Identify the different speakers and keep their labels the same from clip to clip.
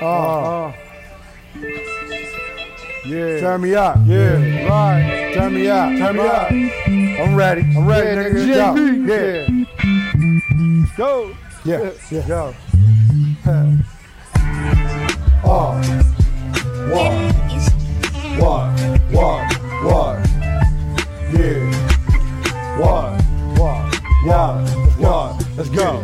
Speaker 1: Uh, uh.
Speaker 2: Yeah.
Speaker 1: Turn me up.
Speaker 2: yeah.
Speaker 1: Right. Turn me up.
Speaker 2: Turn me up.
Speaker 1: I'm ready. I'm ready,
Speaker 2: Yeah,
Speaker 1: nigga.
Speaker 2: nigga.
Speaker 1: Let's
Speaker 2: Yeah. Go.
Speaker 1: go. Yeah. Yeah.
Speaker 2: Yeah. Go.
Speaker 1: Uh, walk, walk, walk, walk. Yeah. Walk, walk, walk, walk. Let's go.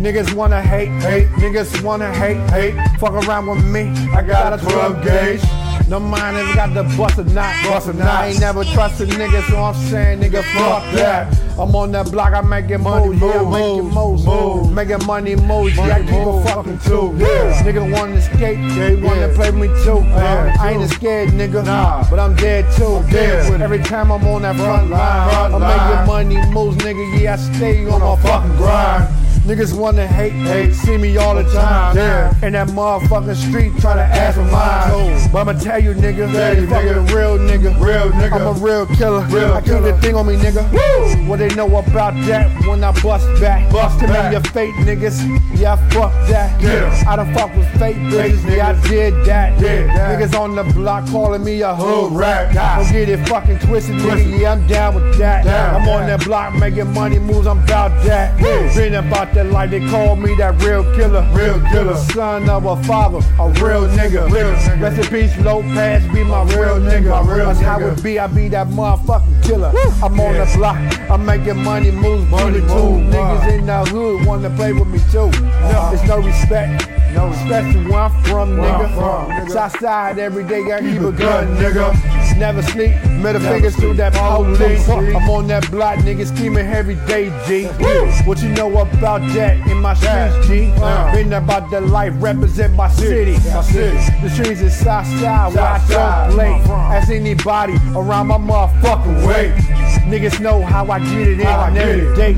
Speaker 2: Niggas wanna hate, hate. Niggas wanna hate, hate. Fuck around with me. I got a 12 gauge. No mind if got the bust or not.
Speaker 1: Bust or
Speaker 2: I ain't
Speaker 1: not.
Speaker 2: never trusted niggas, so I'm saying, nigga, fuck
Speaker 1: Fuck
Speaker 2: that.
Speaker 1: that.
Speaker 2: I'm on that block, I'm making money,
Speaker 1: Money,
Speaker 2: yeah, I'm
Speaker 1: moves,
Speaker 2: making moves,
Speaker 1: moves.
Speaker 2: making money, moves, yeah, I keep a
Speaker 1: moves,
Speaker 2: fucking two.
Speaker 1: fucking two, yeah.
Speaker 2: Niggas wanna escape, they wanna
Speaker 1: yeah.
Speaker 2: play me too.
Speaker 1: Yeah,
Speaker 2: I ain't
Speaker 1: too.
Speaker 2: scared, nigga,
Speaker 1: Nah.
Speaker 2: but I'm dead too.
Speaker 1: dead with it.
Speaker 2: Every time I'm on that front
Speaker 1: Front
Speaker 2: line,
Speaker 1: line, front
Speaker 2: I'm making money, moves, nigga, yeah, I stay on my fucking
Speaker 1: Fucking
Speaker 2: grind.
Speaker 1: grind.
Speaker 2: Niggas wanna hate, hate, see me all the time.
Speaker 1: Yeah.
Speaker 2: In that motherfucking street, tryna ask for mine.
Speaker 1: Cool.
Speaker 2: But I'ma tell you, nigga,
Speaker 1: Tell you,
Speaker 2: fucking
Speaker 1: nigga.
Speaker 2: real nigga.
Speaker 1: Real nigga.
Speaker 2: I'm a real killer.
Speaker 1: Real
Speaker 2: I keep
Speaker 1: killer.
Speaker 2: the thing on me, nigga. What they know about that when I bust back.
Speaker 1: Bust
Speaker 2: Tell
Speaker 1: back.
Speaker 2: me your fake niggas. Yeah, I fuck that.
Speaker 1: Yeah.
Speaker 2: I done fuck with
Speaker 1: Fake
Speaker 2: fake bitches. Yeah, I
Speaker 1: niggas.
Speaker 2: did that.
Speaker 1: Did that.
Speaker 2: Niggas on the block calling me a hood
Speaker 1: Hood
Speaker 2: rat.
Speaker 1: rat.
Speaker 2: Don't get it fucking twisted,
Speaker 1: Twisted.
Speaker 2: nigga. Yeah, I'm down with that.
Speaker 1: Down.
Speaker 2: I'm on that block making money moves. I'm about that.
Speaker 1: Woo.
Speaker 2: Been about that like they call me that real killer.
Speaker 1: Real killer.
Speaker 2: Son of a father, a real nigga.
Speaker 1: Real nigga.
Speaker 2: Rest in peace, Lopez, be my real
Speaker 1: real
Speaker 2: nigga.
Speaker 1: nigga, my real
Speaker 2: That's how
Speaker 1: nigga.
Speaker 2: it be, I be that motherfucking killer. I'm on
Speaker 1: Yeah.
Speaker 2: the block, I'm making money moves, money
Speaker 1: Money
Speaker 2: too.
Speaker 1: move,
Speaker 2: Niggas
Speaker 1: wow.
Speaker 2: in the hood wanna play with me too. No,
Speaker 1: Uh-huh.
Speaker 2: it's no respect. No respect to where I'm from,
Speaker 1: Where I'm
Speaker 2: nigga.
Speaker 1: from, nigga.
Speaker 2: Southside every day, I keep,
Speaker 1: Keep
Speaker 2: a
Speaker 1: a
Speaker 2: gun,
Speaker 1: gun, nigga.
Speaker 2: Never sleep, middle
Speaker 1: Never
Speaker 2: fingers through
Speaker 1: sleep.
Speaker 2: that police.
Speaker 1: Police.
Speaker 2: I'm on that block, niggas scheming every day, G. What you know about that in my streets, G?
Speaker 1: Uh.
Speaker 2: Been about the life, represent my city.
Speaker 1: My city.
Speaker 2: The streets is Southside, where I don't
Speaker 1: Southside,
Speaker 2: play.
Speaker 1: where I'm from.
Speaker 2: Ask anybody around my motherfucking way.
Speaker 1: Wait.
Speaker 2: Niggas know how I get it in
Speaker 1: How I
Speaker 2: and
Speaker 1: get
Speaker 2: every
Speaker 1: it.
Speaker 2: day.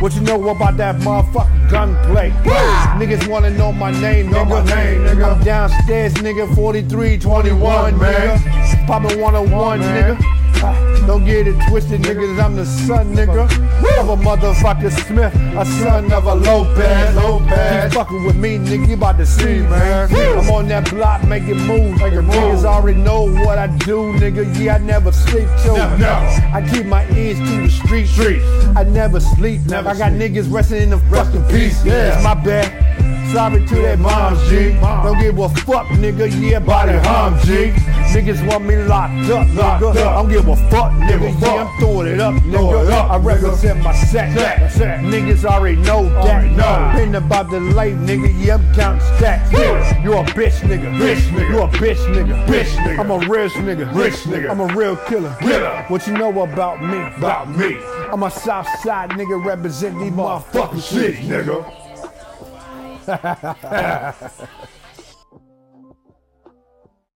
Speaker 2: What you know about that motherfucking gunplay? Niggas wanna know my name,
Speaker 1: Know
Speaker 2: nigga.
Speaker 1: my name, nigga.
Speaker 2: I'm downstairs, nigga, 4321,
Speaker 1: man.
Speaker 2: nigga. Poppin' 101,
Speaker 1: man.
Speaker 2: nigga. Ah, Don't get it twisted, niggas. I'm the son, nigga, of a motherfucker Smith, a son of a Lopez.
Speaker 1: Lopez.
Speaker 2: You fucking with me, nigga, you about to see,
Speaker 1: See,
Speaker 2: man.
Speaker 1: man.
Speaker 2: I'm on that block, making moves.
Speaker 1: Making
Speaker 2: Niggas
Speaker 1: moves.
Speaker 2: already know what I do, nigga. Yeah, I never sleep too.
Speaker 1: Never, never.
Speaker 2: I keep my ears to the street.
Speaker 1: Streets.
Speaker 2: I never sleep.
Speaker 1: Never
Speaker 2: I got
Speaker 1: sleep.
Speaker 2: niggas resting in the rest in peace.
Speaker 1: peace, yeah.
Speaker 2: It's my bad. Sorry to that mom, G.
Speaker 1: Mom.
Speaker 2: Don't give a fuck, nigga. Yeah, body
Speaker 1: Body
Speaker 2: harm,
Speaker 1: harm,
Speaker 2: G. Niggas want me locked up,
Speaker 1: Locked up.
Speaker 2: nigga. I don't give a fuck,
Speaker 1: Give
Speaker 2: nigga.
Speaker 1: a
Speaker 2: Yeah,
Speaker 1: fuck.
Speaker 2: I'm throwing it up, nigga.
Speaker 1: Throw it up,
Speaker 2: I
Speaker 1: nigga.
Speaker 2: represent my set.
Speaker 1: Set, set.
Speaker 2: Niggas already know that.
Speaker 1: Already know.
Speaker 2: Been about the life, nigga. Yeah, I'm counting stacks.
Speaker 1: Yeah.
Speaker 2: You a bitch, nigga.
Speaker 1: Bitch, nigga.
Speaker 2: You a bitch, nigga.
Speaker 1: Bitch, nigga.
Speaker 2: I'm a rich nigga.
Speaker 1: Rich nigga.
Speaker 2: I'm a real killer.
Speaker 1: Killer.
Speaker 2: What you know about me?
Speaker 1: About me.
Speaker 2: I'm a south side nigga representing these
Speaker 1: Fucking
Speaker 2: motherfuckers.
Speaker 1: city, nigga.